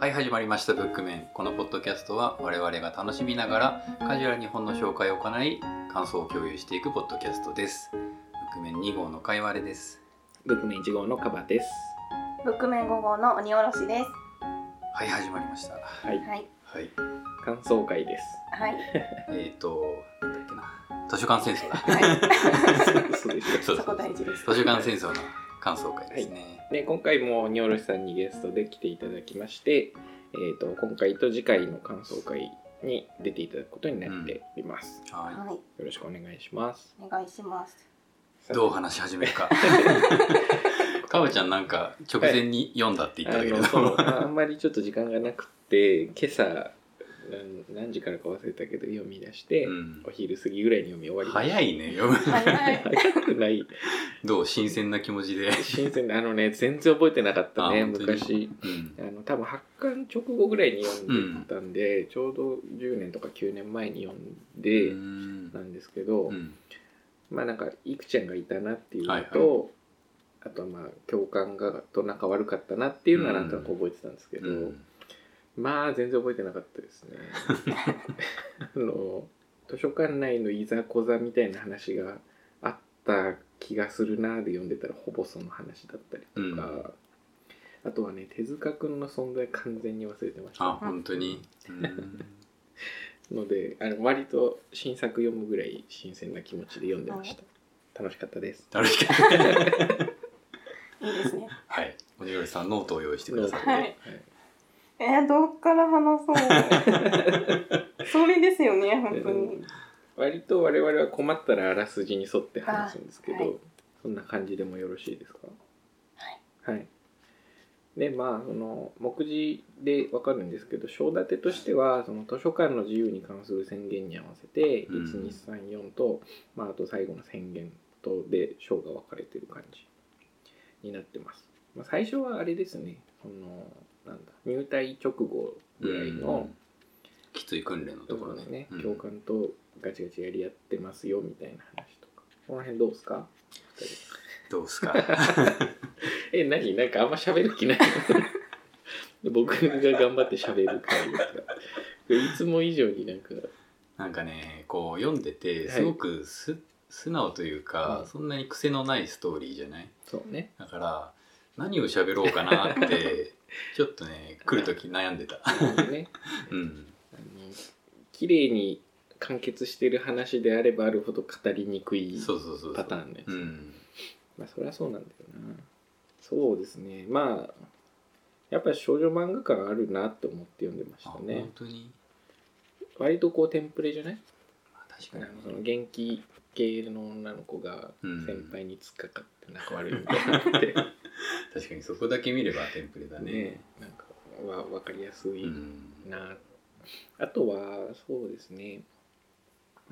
はい始まりましたブックメンこのポッドキャストは我々が楽しみながらカジュアルに本の紹介を行い感想を共有していくポッドキャストですブックメン2号のかいわれですブックメン1号のカバです。ブックメン5号の鬼おろしです。はい始まりましたはい、はい。はい感想会です。はい。えっ、ー、となんだっけな図書館戦争だ はそうですよそう い。だそこ大事です。図書館戦争の感想会ですね、で今回もにおろしさんにゲストで来ていただきまして、えー、と今回と次回の感想会に出ていただくことになっています。ははいい。よろしくお願いします。お願いします。どう話し始める かかおちゃんなんか直前に読んだって言ったあんだけど、のそうああんまりちょっと時間がなくて今朝なん何時からか忘れたけど読み出して、うんお昼過ぎぐらいに読み終わりました早いね読む早い。 早くないどう新鮮な気持ちで、新鮮なあのね全然覚えてなかったあね本当に昔。うんあの多分発刊直後ぐらいに読んでたんで、ちょうど10年とか9年前に読んでうんなんですけど、うんまあなんかいくちゃんがいたなっていうのと、はいはあとまあ共感がと仲悪かったなっていうのはなんとなく覚えてたんですけど、うんまあ全然覚えてなかったです ね。あの図書館内のいざこざみたいな話があった気がするなで読んでたらほぼその話だったりとか、あとはね手塚くんの存在完全に忘れてましあた本当に、うんのであの割と新作読むぐらい新鮮な気持ちで読んでました、楽しかったです楽しかったいいですね。 はいおじろさんノートを用意してください、ははいい、えー、どっから話そう。それですよね、本当に。割と我々は困ったらあらすじに沿って話すんですけど、あはいそんな感じでもよろしいですかははいい、でまあその目次でわかるんですけど章立てとしてはその図書館の自由に関する宣言に合わせて、うん1234と、まあ、あと最後の宣言とで章が分かれてる感じになってます、まあ、最初はあれですねそのなんだ入隊直後ぐらいの、うんきつい訓練のととこころろでねすうね、ん教官とガチガチやり合ってますよみたいな話とかこの辺どうですか二人どうっすか え何なんかあんま喋る 気ない僕が頑張って喋る回ですがいつも以上になんかなんかねこう読んでてはいすごくす、素直というか、うんそんなに癖のないストーリーじゃないそう ねだから何を喋ろうかなって ちょっとね来る時悩んでたねうんあの綺麗に完結してる話であればあるほど語りにく いそうそうそうそうパターンねうんまあそりゃそうなんだよなそうですねまあやっぱり少女漫画感あるなと思って読んでましあたね本当に割とこうテンプレじゃないあ確かにねその元気系の女の子がうん先輩に突っかかって仲悪いみたいに なって、確かにそこだけ見ればテンプレだねねなんかわ分かりやすういんな、あとはそうですね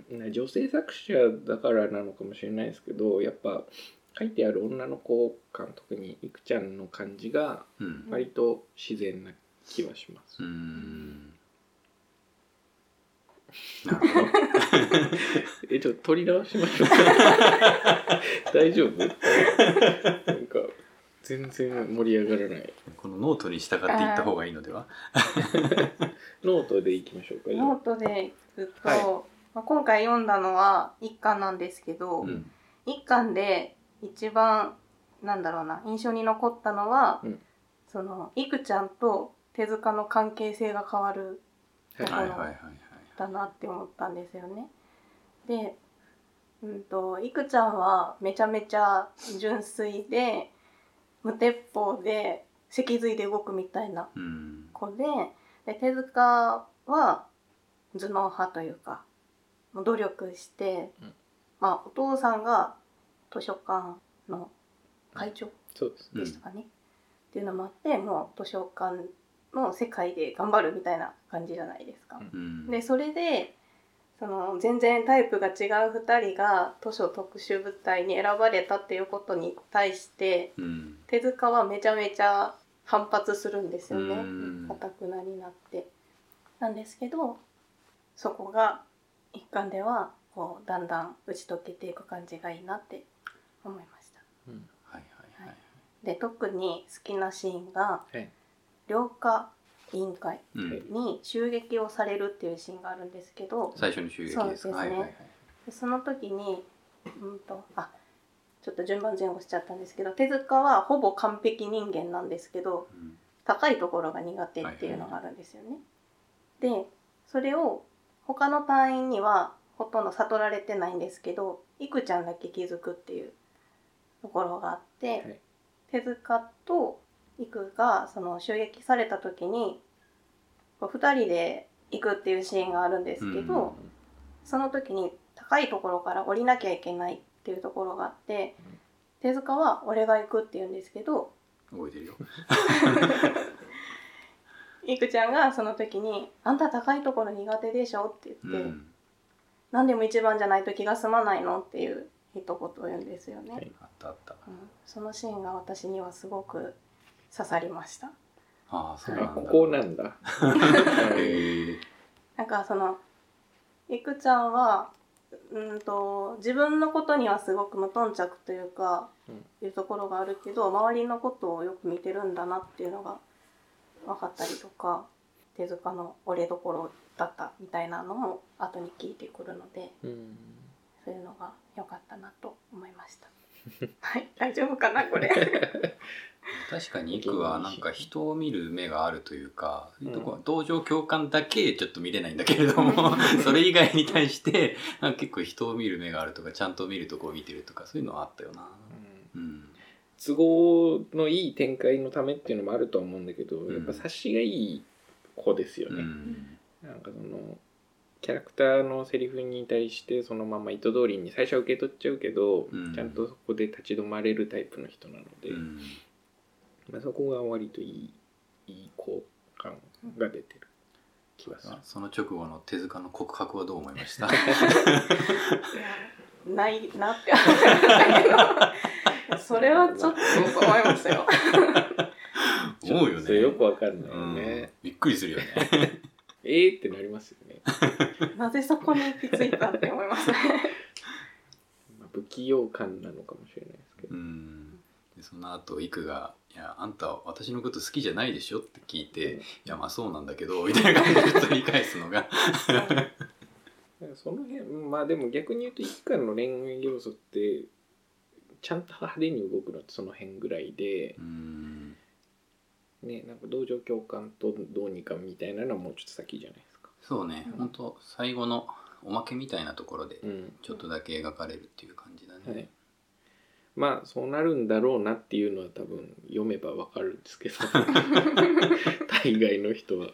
な女性作者だからなのかもしれないですけどやっぱ書いてある女の子感特にいくちゃんの感じがうん割と自然な気はします、うーんなるほど えちょっと取り直しまし ょうか大丈夫なんか全然盛り上がらないこのノートに従っていった方がいいのではノートでいきましょうかじゃノートで行くと、はいまあ、今回読んだのは一巻なんですけど、うん一巻で一番なんだろうな印象に残ったのは、うんそのいくちゃんと手塚の関係性が変わるあはいははいいはいはいだなって思ったんですよね。で、うんといくちゃんはめちゃめちゃ純粋で無鉄砲で脊髄で動くみたいなうん子でで手塚は頭脳派というかもう努力して、うんまあお父さんが図書館の会長そうですうでんしたかね、っていうのもあってもう図書館の世界で頑張るみたいな感じじゃないですか。うんでそれでその全然タイプが違う2人が図書特集部隊に選ばれたっていうことに対してうん手塚はめちゃめちゃ反発するんですよねうんかくなになって。なんですけどそこが一巻ではこうだんだん打ち解けていく感じがいいなって思いました。うんはいはいはいで特に好きなシーンがはい涼花委員会うんはいに襲撃をされるっていうシーンがあるんですけど最初の襲撃ですかそうですねはいはいはいでその時にうんとあちょっと順番前後しちゃったんですけど手塚はほぼ完璧人間なんですけどうん高いところが苦手っていうのがあるんですよね。でそれを他の隊員にはほとんど悟られてないんですけどいくちゃんだけ気づくっていうところがあって、い手塚といくがその襲撃された時にこう2人で行くっていうシーンがあるんですけど、うんその時に高いところから降りなきゃいけないっていうところがあって、手塚は「俺が行く」って言うんですけど覚えてるよいくちゃんがその時に「あんた高いところ苦手でしょ」ってう言って「ん何でも一番じゃないと気が済まないの?」っていう一言を言うんですよね、はいあったあったうん、そのシーンが私にはすごく刺さりましたああそうなんあだここなんだはいへえなんかそのいくちゃんはうーんと自分のことにはすごく無頓着というか、いうところがあるけど周りのことをよく見てるんだなっていうのが分かったりとか手塚の俺どころだったみたいなのも後に聞いてくるのでうんそういうのが良かったなと思いました。はい大丈夫かなこれ。確かにイクはなんか人を見る目があるというか、うんどこ同情共感だけちょっと見れないんだけれど もそれ以外に対してなんか結構人を見る目があるとかちゃんと見るとこを見てるとかそういうのはあったよな。うんうん都合のいい展開のためっていうのもあるとは思うんだけど、んやっぱ察しがいい子ですようね、んなんかそのキャラクターのセリフに対してそのまま意図通りに最初は受け取っちゃうけど、うんちゃんとそこで立ち止まれるタイプの人なので、うんまあ、そこが割といいいい子感が出てる気がする、その直後の手塚の告白はどう思いました いやないなって思ったけどそれはちょっとと思いましたよ。思うよちょっとそれねよくわかんないようんね、びっくりするよねえーってなりますよね、なぜそこに行き着いたって思いますね。まあ、不器用感なのかもしれないですけど、うんでその後イクが「いやあんた私のこと好きじゃないでしょ?」って聞いて「いやまあそうなんだけど」みたいな感じで取り返すのがだからその辺まあでも逆に言うと一巻の恋愛要素ってちゃんと派手に動くのってその辺ぐらいでう、んね、なんか同情共感とどうにかみたいなのはもうちょっと先じゃないですか。そうね、うんほんと最後のおまけみたいなところでうんちょっとだけ描かれるっていう感じだね、はい、まあそうなるんだろうなっていうのは多分読めばわかるんですけ ど大概の人は。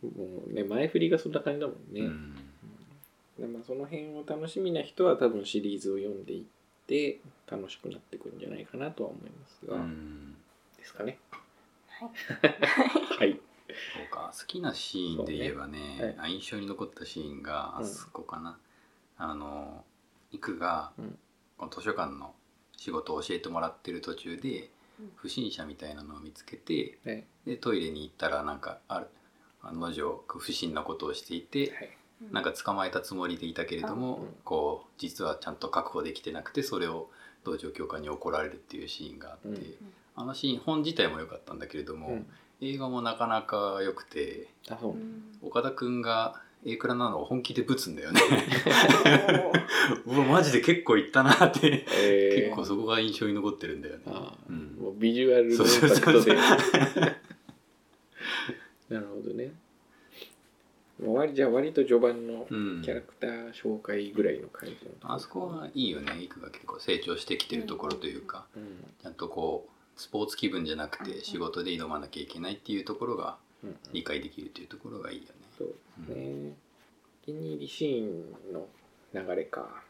もうね前振りがそんな感じだもんね。うんでまあ、その辺を楽しみな人は多分シリーズを読んでいって楽しくなってくるんじゃないかなとは思いますが、うんですかね。はいはい。そうか好きなシーンで言えばねそうねあ印象に残ったシーンがあうんそこかな、あのイクが、うんこの図書館の仕事を教えてもらってる途中でうん不審者みたいなのを見つけてはい。でトイレに行ったらなんかある案の定不審なことをしていて、はい なんか捕まえたつもりでいたけれども、あうんこう実はちゃんと確保できてなくてそれを道場教官に怒られるっていうシーンがあって、うんあのシーン本自体も良かったんだけれども、うん映画もなかなか良くてあそうう、ん岡田君が A クラなのを本気でぶつんだよねおー うわマジで結構いったなってえ 結構そこが印象に残ってるんだよね。ああ、うんもうビジュアルのインそうそうパクそうトそうでなるほどねもう割じゃあ割と序盤のうんキャラクター紹介ぐらいの感じのとろあそこはいいよねイクが結構成長してきてるところというか、うんちゃんとこうスポーツ気分じゃなくて仕事で挑まなきゃいけないっていうところがうん理解できるというところがいいよね。そううですんねお気に入りシーンの流 れか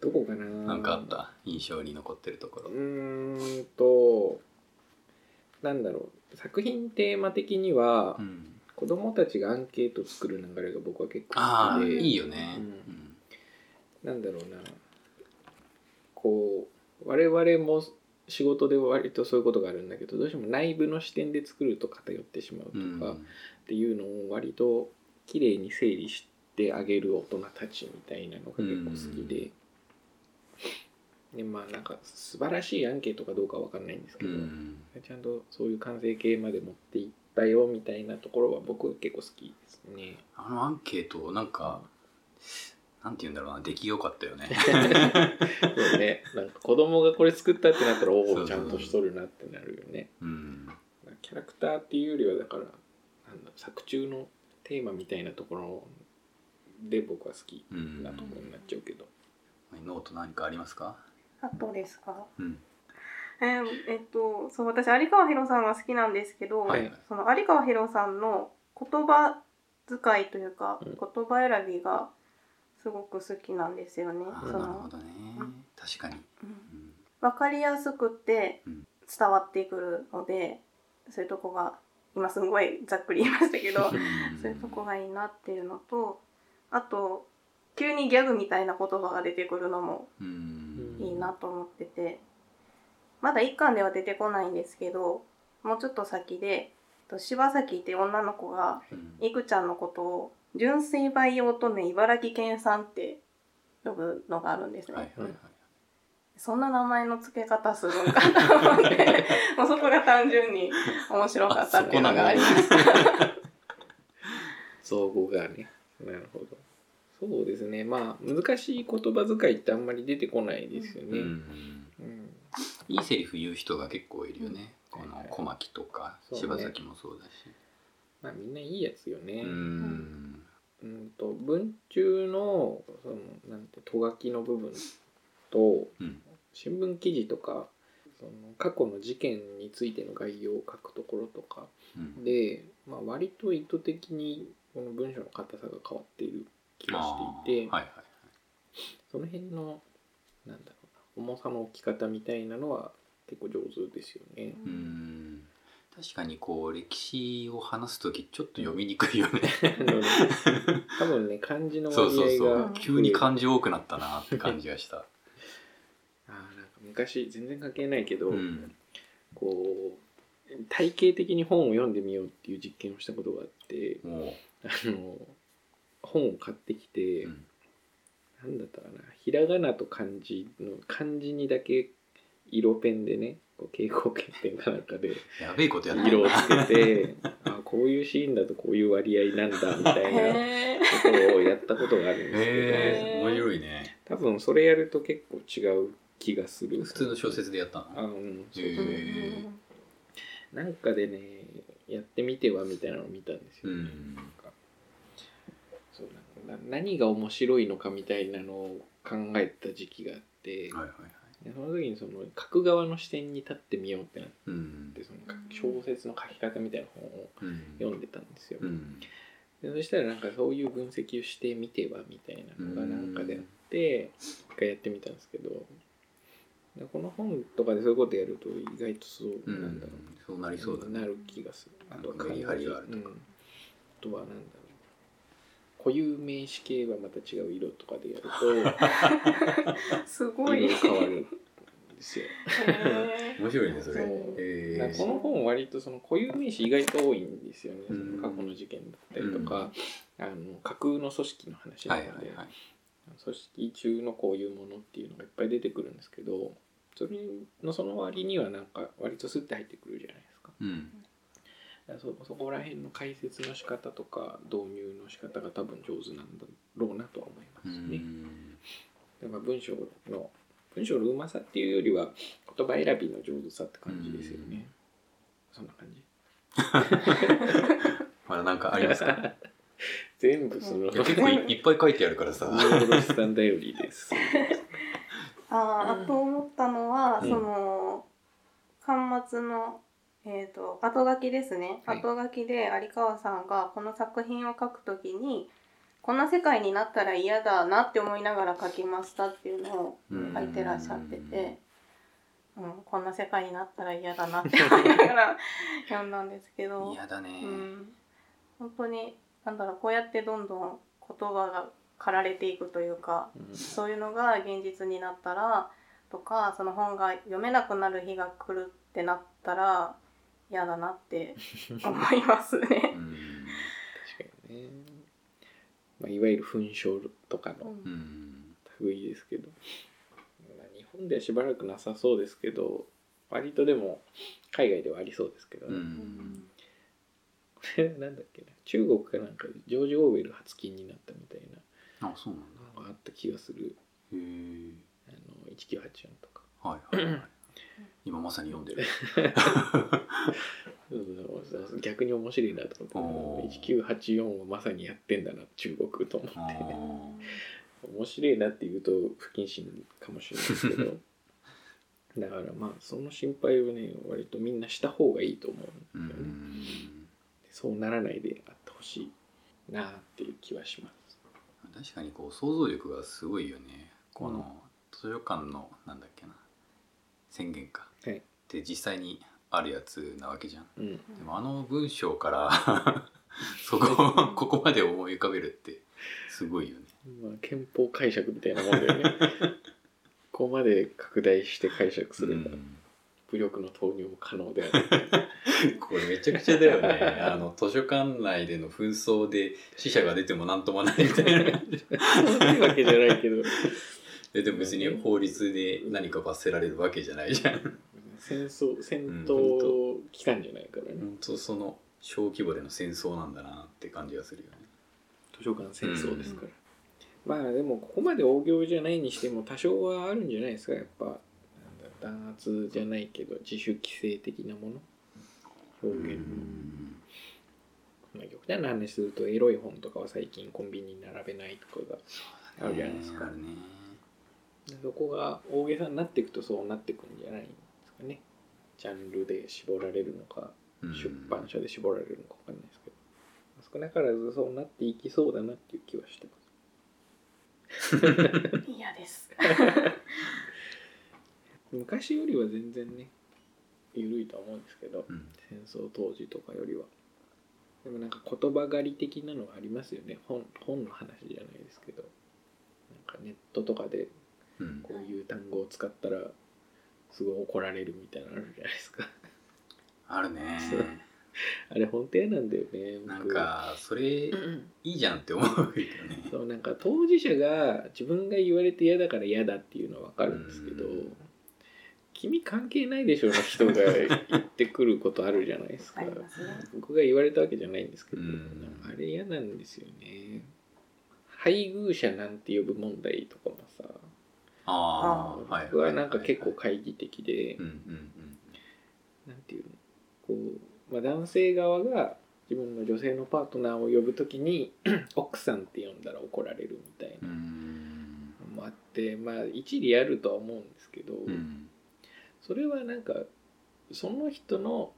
どこかなななんかあった印象に残ってるとこうろ。ーんとなんだろう作品テーマ的にはうん、子供たちがアンケート作る流れが僕は結構ああ好きでいいよね。うんうんなんだろうなこう我々も仕事で割とそういうことがあるんだけどどうしても内部の視点で作ると偏ってしまうとうんかっていうのを割と綺麗に整理してあげる大人たちみたいなのが結構好きで、でまあなんか素晴らしいアンケートかどうかわかんないんですけうど、んちゃんとそういう完成形まで持っていったよみたいなところは僕結構好きですね。あのアンケートなんかなんて言うんだろうな出来良かったよ ねそうね、なんか子供がこれ作ったってなったらおそうそうおちゃんとしとるなってなるよね。うんキャラクターっていうよりはだからなんだ作中のテーマみたいなところで僕は好きうんなところになっちゃうけど、ノート何かありますかあとですかうんえーえっとそう私有川博さんが好きなんですけど、はいその有川博さんの言葉遣いというか、うん言葉選びがすごく好きなんですよね。あそーなるほの、どねうん確かに、うんうんわかりやすくてうん伝わってくるので、そういうとこが今すごいざっくり言いましたけどそういうとこがいいなっていうのとあと急にギャグみたいな言葉が出てくるのもうんいいなと思っててまだ1巻では出てこないんですけどもうちょっと先でと柴咲っていう女の子がうんいくちゃんのことを「純粋培養乙女茨城県産」って呼ぶのがあるんですね。はいはいはいそんな名前の付け方するんかと思って、もうそこが単純に面白かったっていうのがあります。造語がねなるほどそうですねまあ難しい言葉遣いってあんまり出てこないですようね、うんんいいセリフ言う人が結構いるよね、この小牧とかそうね柴崎もそうだしまあみんないいやつよね、ううんんと文中のそのなんてとがきの部分とうん新聞記事とかその過去の事件についての概要を書くところとかうんで、まあ、割と意図的にこの文章の硬さが変わっている気がしていて、あーはいはいはいその辺のなんだろうな重さの置き方みたいなのは結構上手ですよ ね。うーん確かにこう歴史を話す時ちょっと読みにくいよね あのね多分ね漢字のそう割合がそうそううん急に漢字多くなったなって感じがした、あーなんか昔全然関係ないけど、うん、こう体系的に本を読んでみようっていう実験をしたことがあってもあの本を買ってきて、う、うんなんだったかなひらがなと漢字の漢字にだけ色ペンでねこう蛍光ペンかなんかでやべえことやってる色をなつけて あこういうシーンだとこういう割合なんだみたいなこへとをやったことがあるんですけへへえー面白いねど多分それやると結構違う気がする普通の小説でやったあのうんへーえなんかでねやってみてはみたいなのを見たんですよ、うんなんかそうなんかな何が面白いのかみたいなのを考えた時期があって、はいはいはいでその時にその書く側の視点に立ってみようってなっうんてその小説の書き方みたいな本をうん読んでたんですよ、うんでそしたらなんかそういう分析をしてみてはみたいなのがなんかであって一回やってみたんですけどでこの本とかでそういうことやると意外とそううなんだろんそうなう、りそうだねなる気がするあとはなんかメリハリがあるとうん、あとはなんだろう固有名詞系はまた違う色とかでや るすとごい。色へが変わるんですよー面白いねそれそうえだからこの本割とその固有名詞意外と多いんですよね、うんその過去の事件だったりとか、あの架空の組織の話なはいのはで、いはい組織中のこういうものっていうのがいっぱい出てくるんですけどそれのその割にはなんか割とスッて入ってくるじゃないですかうんだからそそこら辺の解説の仕方とか導入の仕方が多分上手なんだろうなとは思いまうすね、んだから文章の文章のうまさっていうよりは言葉選びの上手さって感じですよね、そんな感じまだなんかあり ますか全 部そのいや結構いいっぱい書いてあるからさ見下ろしさん頼りです。あうんーあと思ったのは、うんその巻末の、えー、と後書きですね、はい後書きで有川さんがこの作品を書くときにこんな世界になったら嫌だなって思いながら書きましたっていうのをうん書いてらっしゃってて、うんこんな世界になったら嫌だなって思いながら読んだんですけど、嫌だねうん、本当になんだろうこうやってどんどん言葉が駆られていくというか。そういうのが現実になったらとかその本が読めなくなる日が来るってなったら嫌だなって思いますうね。ん確かにね。まあ、いわゆる紛争とかのうん類ですけど、まあ、日本ではしばらくなさそうですけど割とでも海外ではありそうですけど、うねんこれ なんだっけな中国かなんかでジョージ・オーウェル発禁になったみたいなあそうなんだのがあった気がするへえあの1984とかはいはい、 はい、今まさに読んでるそうそうそう逆に面白いなと思おっーて1984をまさにやってんだな中国と思あっーて面白いなって言うと不謹慎かもしれないですけどだからまあその心配をね割とみんなした方がいいと思ううんだよね、んそうならないであってほしいなっていう気はします確かにこう想像力がすごいよねこの、うん図書館のなんだっけな宣言か、はいで実際にあるやつなわけじゃんうんでもあの文章から そこ ここまで思い浮かべるってすごいよねまあ、憲法解釈みたいなもんだよ ねここまで拡大して解釈すれば、うん武力の投入も可能であるこれめちゃくちゃだよねあの図書館内での紛争で死者が出ても何ともないみたい なそういうわけじゃないけどででも別に法律で何か罰せられるわけじゃないじゃん戦争戦う闘期間じゃないからね、本当その小規模での戦争なんだなって感じがするよね図書館戦争ですから、まあでもここまで大行じゃないにしても多少はあるんじゃないですかやっぱなんだ弾圧じゃないけど自主規制的なもの表現の、まあ、極端な話するとエロい本とかは最近コンビニに並べないとかがあるじゃないですか、あるねそこが大げさになっていくとそうなっていくんじゃないんですかねジャンルで絞られるのかうん出版社で絞られるのか分かんないですけど、少なからずそうなっていきそうだなっていう気はしてま嫌です。す昔よりは全然ね緩いとは思うんですけどうん戦争当時とかよりはでもなんか言葉狩り的なのがありますよね本本の話じゃないですけどなんかネットとかでうんこういう単語を使ったらすごい怒られるみたいなのあるじゃないですかあるねそうあれ本当嫌なんだよね僕なんかそれいうんいじゃんって思うよね そうなんか当事者が自分が言われて嫌だから嫌だっていうのは分かるんですけどうん君関係ないでしょの人が言ってくることあるじゃないですあかりますね。僕が言われたわけじゃないんですけどうんあれ嫌なんですよね配偶者なんて呼ぶ問題とかもさああはい僕はなんか結構懐疑的でうんうんなんていうのこう、まあ、男性側が自分の女性のパートナーを呼ぶときに 奥さんって呼んだら怒られるみたいなうんうんのもあってまあ一理あるとは思うんですけど、うんそれはなんかその人の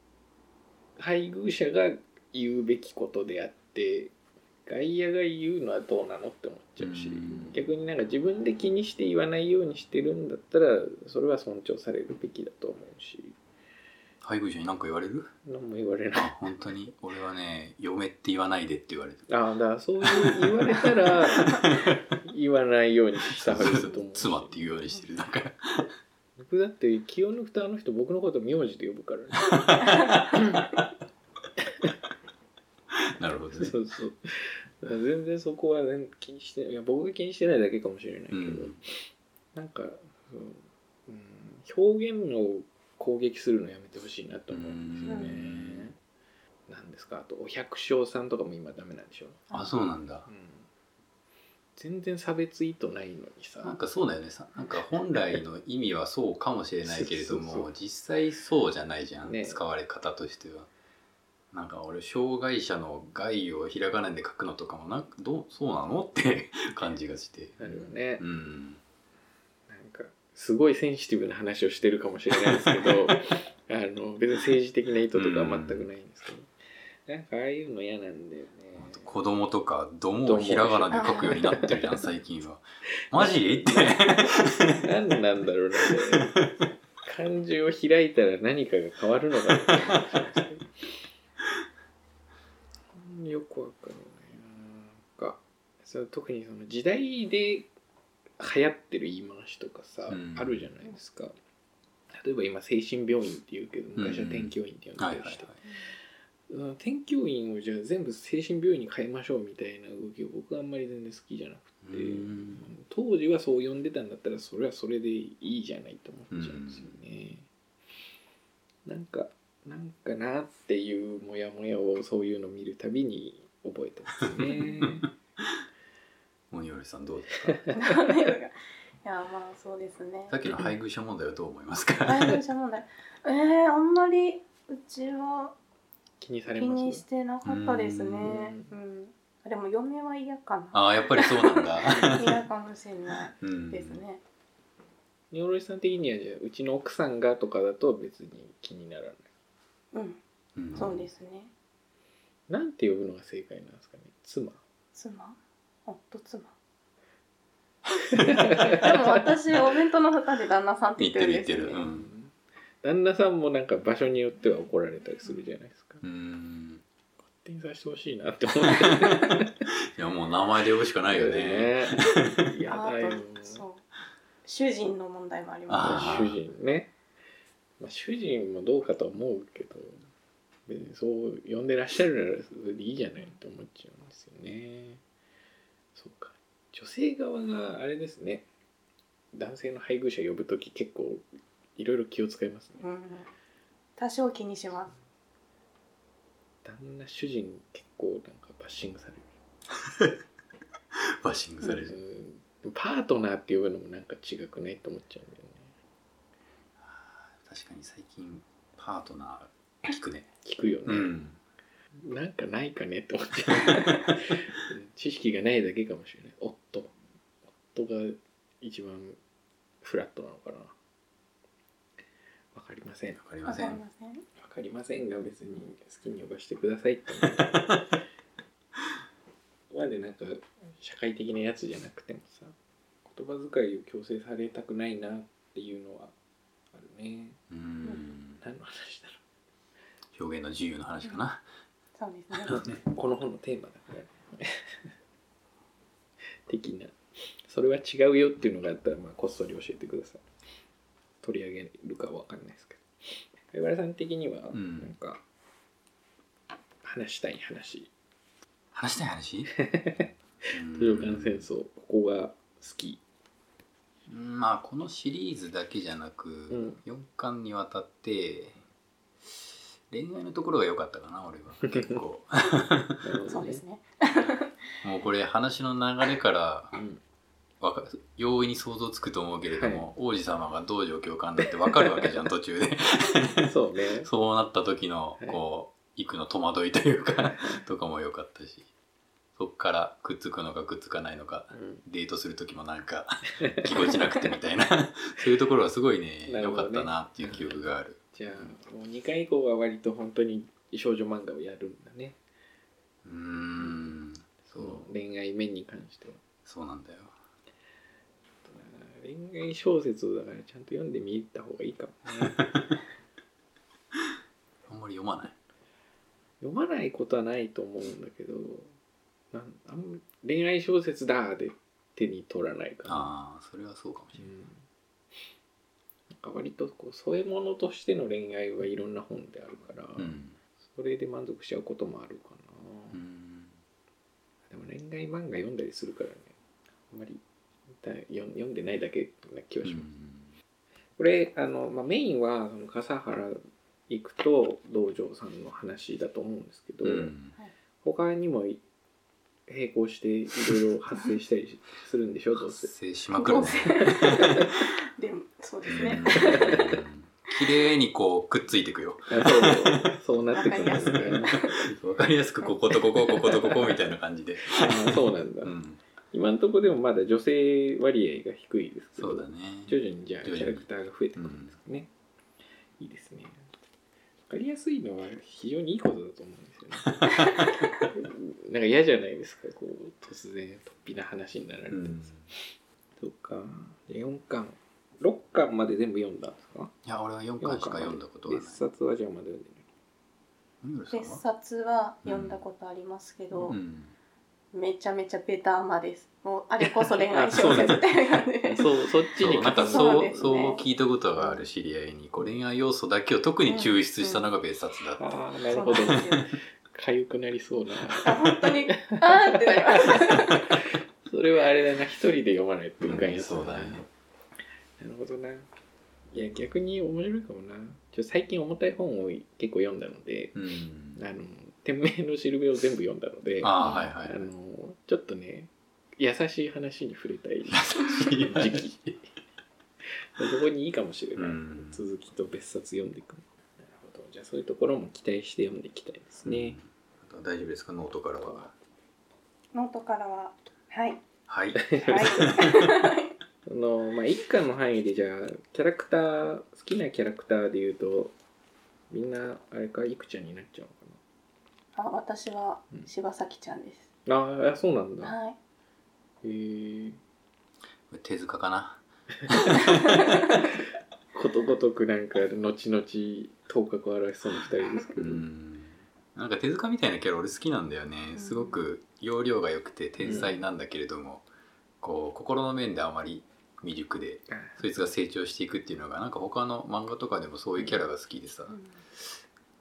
配偶者が言うべきことであって外野が言うのはどうなのって思っちゃうし、うん逆になんか自分で気にして言わないようにしてるんだったらそれは尊重されるべきだと思うし配偶者に何か言われる何も言われない。あ本当に俺はね嫁って言わないでって言われてああだからそういう言われ たら言わないようにした方がいいと思うし妻って言うようにしてるなんか僕だって気を抜くとあの人僕のこと名字で呼ぶからねなるほどねそうそう。だから全然そこは全気にしていや僕が気にしてないだけかもしれないけうど、んなんか、うん、表現を攻撃するのやめてほしいなと思うんですよね。なんですかあとお百姓さんとかも今ダメなんでしょ、あそうなんだうん、全然差別意図ないのにさなんかそうだよねさなんか本来の意味はそうかもしれないけれどそうそうそも実際そうじゃないじゃん、ね使われ方としてはなんか俺障害者の害をひらがなで書くのとかもなんかどうそうなのって感じがしてなるよねう、んなんかすごいセンシティブな話をしてるかもしれないですけ どあの別に政治的な意図とかは全くないんですけど、なんかああいうの嫌なんだよね。子供とか「ども」をひらがなで書くようになってるじゃん最近はマ ジって何なんだろうね。漢字を開いたら何かが変わるのかなって思っちゃうんですけど。よくわかんないな。なんかその特にその時代で流行ってる言い回しとかさ、うんあるじゃないですか。例えば今精神病院って言うけどうん昔は天教院って呼んはでいたはりいして、うん天教院をじゃあ全部精神病院に変えましょうみたいな動きを僕はあんまり全然好きじゃなくて、うん当時はそう呼んでたんだったらそれはそれでいいじゃないと思っちゃうんですよね。なんかなんかなっていうモヤモヤをそういうの見るたびに覚えてま すね。モニオルさんどうですかいやまあそうですねさっきの配偶者問題はどう思いますか配偶者問題えー、あんまりうちは気にされ気まにすしてなかったですねううん、でも嫁は嫌かなああやっぱりそうなんだ、 嫌かもしれなうんいですねニオロイさん的にはじゃあうちの奥さんがとかだと別に気にならない。うんうんそうですねなんて呼ぶのが正解なんですかね妻妻夫妻 でも私お弁当の蓋で旦那さんって言言っっててるるん言ってるうん旦ですよ、ね、那さんもなんか場所によっては怒られたりするじゃないですかう。ん勝手にさせてほしいなって思っていやもう名前で呼ぶしかないよね。 嫌だよあ。とそう主人の問題もありまあ主人ね。まあ、主人もどうかと思うけど、別にそう呼んでらっしゃるならそれでいいじゃないって思っちゃうんですよね。そうか。女性側があれですね。男性の配偶者呼ぶとき結構いろいろ気を使いますねす。うん多少気にします旦那主人結構なんかバッシングされる。バッシングされる。うんパートナーって呼ぶのもなんか違くないと思っちゃうんだよね確かに最近パートナー聞くね。聞くようね、ん。なんかないかねって思っちゃううん知識がないだけかもしれない夫夫が一番フラットなのかなわかりませんわわかりわまかせりん。ませんかりませんが別に好きに呼ばしてくださいって までなんか社会的なやつじゃなくてもさ言葉遣いを強制されたくないなっていうのはあるねうん。何の話だろう表現の自由の話かな。そうですねこの本のテーマだから 的なそれは違うよっていうのがあったらまあこっそり教えてください取り上げるかわかんないですけど貝原さん的にはなうんんか話したい話話したい 話豊川戦争ここが好きうんまあこのシリーズだけじゃなく、ん四4巻にわたって恋愛のところが良かったかな俺は 結構なるほどそうねですねもうこれ話の流れからうんわか容易に想像つくと思うけれども、王子様がどう状況かんだってわかるわけ じゃん途中でそうねそうなった時のはいこう行くの戸惑いというか とかも良かったしそっからくっつくのかくっつかないのかうんデートする時もなん かぎこちなくてみたいなそういうところはすごいねな良、るほかどっねたなっていう記憶がある、じゃあもう2回以降は割と本当に少女漫画をやるんだねうーんそそうの恋愛面に関してはそうなんだよ恋愛小説をだからちゃんと読んでみた方がいいかもねあんまり読まない読まないことはないと思うんだけどなんあんま恋愛小説だで手に取らないから、ああそれはそうかもしうれないん、なんか割とこう添え物としての恋愛はいろんな本であるから、うんそれで満足しちゃうこともあるかうな、んでも恋愛漫画読んだりするからねあんまりだ読ん読んでないだけな気はうします、んこれあの、まあ、メインはその笠原行くと道場さんの話だと思うんですけど、うん他にもい並行していろいろ発生したり しするんでしょどうせ発生しまくるねでもそうですうねん綺麗にこうくっついていくよあそうそうなってくるんですねわかりやすくこことこここことここみたいな感じで、あそうなんだ、うん、今のところでもまだ女性割合が低いですけどそうだね徐々にじゃあキ徐々にャラクターが増えてくるんですかね、いいですねわかりやすいのは非常にいいことだと 思うんですよねなんか嫌じゃないですかこう突然突飛な話になられて、うんそうか4巻6巻まで全部読んだんですかいや俺は4巻しか読んだことはない別冊はじゃあまだ読んでないムールさん別は冊は読んだことありますけど、うんめちゃめちゃベタ甘ですもうあれこそ恋愛小説っていう感じでそうそっちそうになん片か方そうそうですねそう聞いたことがある知り合いにこう恋愛要素だけを特に抽出したのが別冊だった、ああなそるうほどなんですよかゆくなりそうなあ本当にあーってなりますそれはあれだな一人で読まないといかんやつそうだねなるほどないや逆に面白いかもなちょ最近重たい本を結構読んだのでうんあの天命のしるべを全部読んだのでああはいはいあのちょっとね優しい話に触れたい時期そこにいいかもしれない、うん続きと別冊読んでいくなるほどじゃあそういうところも期待して読んでいきたいですね、あと大丈夫ですかノートからはノートからははい はいはいそのまあ一巻の範囲でじゃあキャラクター好きなキャラクターで言うとみんなあれかいくちゃんになっちゃう あ私は柴咲ちゃんです、のかなああそうなんだはいへえ手塚かなことごとくなんか後々頭角を現しそうな二人ですけうど、んなんか手塚みたいなキャラ俺好きなんだよね、うんすごく容量が良くて天才なんだけれども、こう心の面であまり未熟であそいつが成長していくっていうのがなんか他の漫画とかでもそういうキャラが好きでさ、うん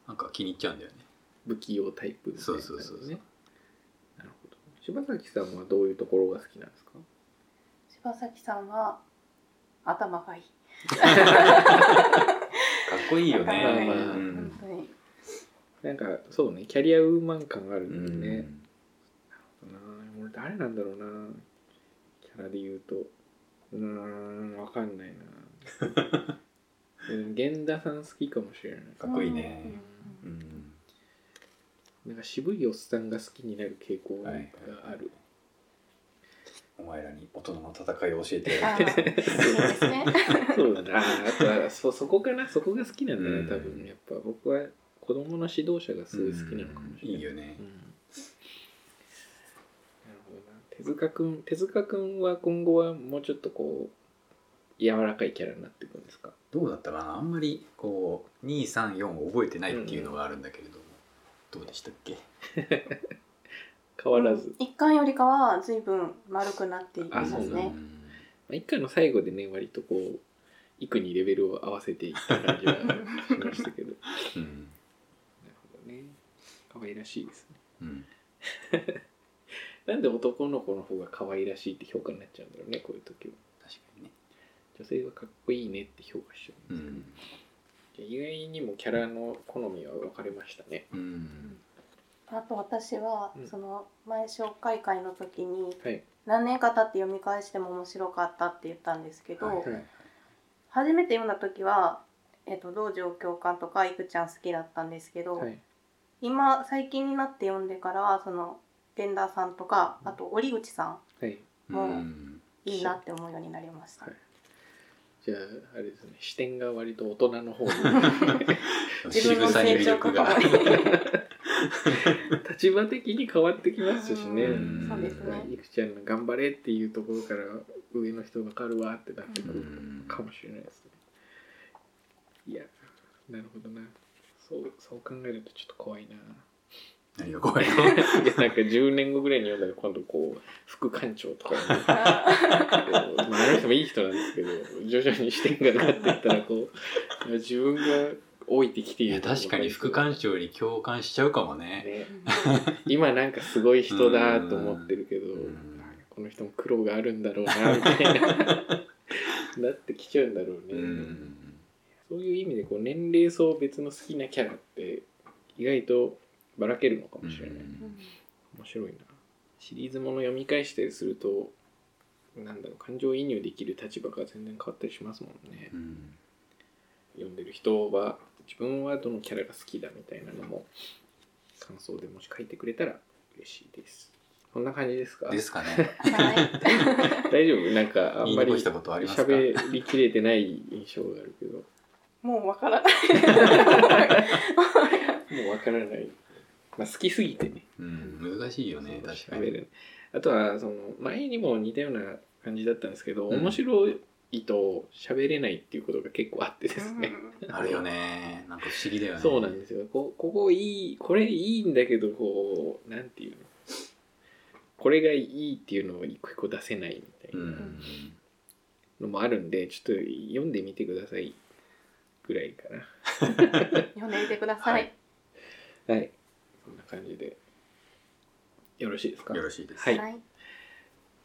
なんか気に入っちゃうんだよね不器用タイプみたいなそねうそうそうそうなるほど柴崎さんはどういうところが好きなんですか柴咲さんは頭がいいかっこいいよね頭がいい、うん本当になんかそうねキャリアウーマン感があうるんだよんね、なあ俺誰なんだろうなキャラで言うとうーんわかんない なでも源田さん好きかもしれないかっこいいねううんんなんか渋いおっさんが好きになる傾向がある、お前らに大人の戦いを教えてあー いいですねそうだなあとはそそこかなそこが好きなんだな、うん多分やっぱ僕は子供の指導者がすごい好きなのかもしれない、いいよねうんなるほどな手塚くん手塚くんは今後はもうちょっとこう柔らかいキャラになっていくんですかどうだったかなあんまりこう234を覚えてないっていうのがあるんだけれども、どうでしたっけ変わらず、うん一巻よりかは随分丸くなっていまあすそうだねんまあ、一回の最後でね割とこう幾にレベルを合わせていった感じはしましたけ どなるうんほどね可愛らしいですねうんなんで男の子の方が可愛らしいって評価になっちゃうんだろうねこういう時は確かにね女性はかっこいいねって評価しちゃううんですよねん、じゃあ意外にもキャラの好みは分かれましたねうん、あと私は、うんその前紹介会の時にはい何年か経って読み返しても面白かったって言ったんですけど、はいはい初めて読んだ時は、えっと道場教官とかいくちゃん好きだったんですけど、はい今最近になって読んでからはそのテンダーさんとかあと折口さんはいもうんいいなって思うようになりました、はいじゃああれですね視点が割と大人 の方に自分渋のさに魅成長力とがかも立場的に変わってきますしねうんそうですまあねいくちゃんの頑張れっていうところから上の人分かるわってなってくうる んかもしれないですね。いや、なるほどな。そうそう考えるとちょっと怖いな。 何が怖いいのやなんか10年後ぐらいに読んだら今度こう副館長とかに、こうまあ、あの人もいい人なんですけど徐々に視点がなっていったらこう自分が老いてきていいるや確かに副館長に共感しちゃうかもねね今なんかすごい人だと思ってるけどうんこの人も苦労があるんだろうなみた いな なってきちゃうんだろううね、んそういう意味でこう年齢層別の好きなキャラって意外とばらけるのかもしれない、うん面白いなシリーズもの読み返したりするとなんだろう感情移入できる立場が全然変わったりしますもんね、うん読んでる人は自分はどのキャラが好きだみたいなのも感想でもし書いてくれたら嬉しいですこんな感じですかですかねはい大丈夫なんかあ言んいまり残したことはありますか喋りきれてない印象があるけど もうわからないもうわからない、まあ、好きすぎてねうん難しいよねそう確か喋にれるあとはその前にも似たような感じだったんですけど、うん面白いと喋れないっていうことが結構あってですね、あるよねなんか不思議だよねそうなんですよこここいいこれいいんだけどこうなんていうのこれがいいっていうのを一個一個出せないみたいうんなのもあるんで、ちょっと読んでみてくださいぐらいか読んでみてください。はいなはいこんな感じでよろしいですかよろしいです。はい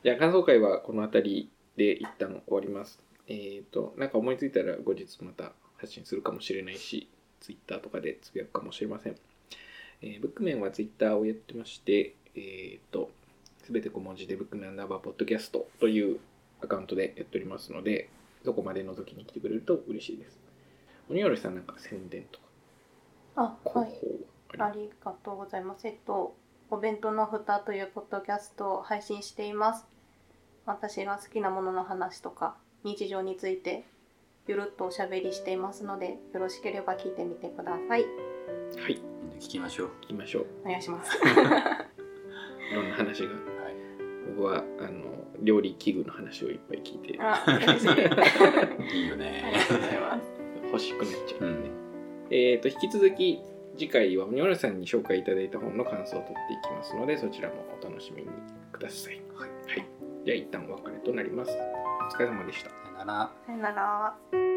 じゃあ感想会はこの辺りで一旦終わります。えっ、と、なんか思いついたら後日また発信するかもしれないし、Twitter とかでつぶやくかもしれません。えーブックメンは Twitter をやってまして、えっ、と、すべて小文字でブックメンアンダーバーポッドキャストというアカウントでやっておりますので、どこまでの時に来てくれると嬉しいです。鬼よりさんなんか宣伝とかあ、は広い。報ありりがとうございます。えっと、お弁当の蓋というポッドキャストを配信しています。私が好きなものの話とか、日常について、ゆるっとおしゃべりしていますので、よろしければ聞いてみてください。はい、みんな聞きましょう。行きましょう。お願いします。いろんな話が。はい僕はあの料理器具の話をいっぱい聞いてあ、嬉しい。ありがいいよね。とうございます。欲しくなっちゃう、うんんで、えっ、と引き続き次回は鬼原さんに紹介いただいた本の感想を取っていきますのでそちらもお楽しみにください、はいじゃあ一旦お別れとなりますお疲れ様でしたさよなら。さよなら。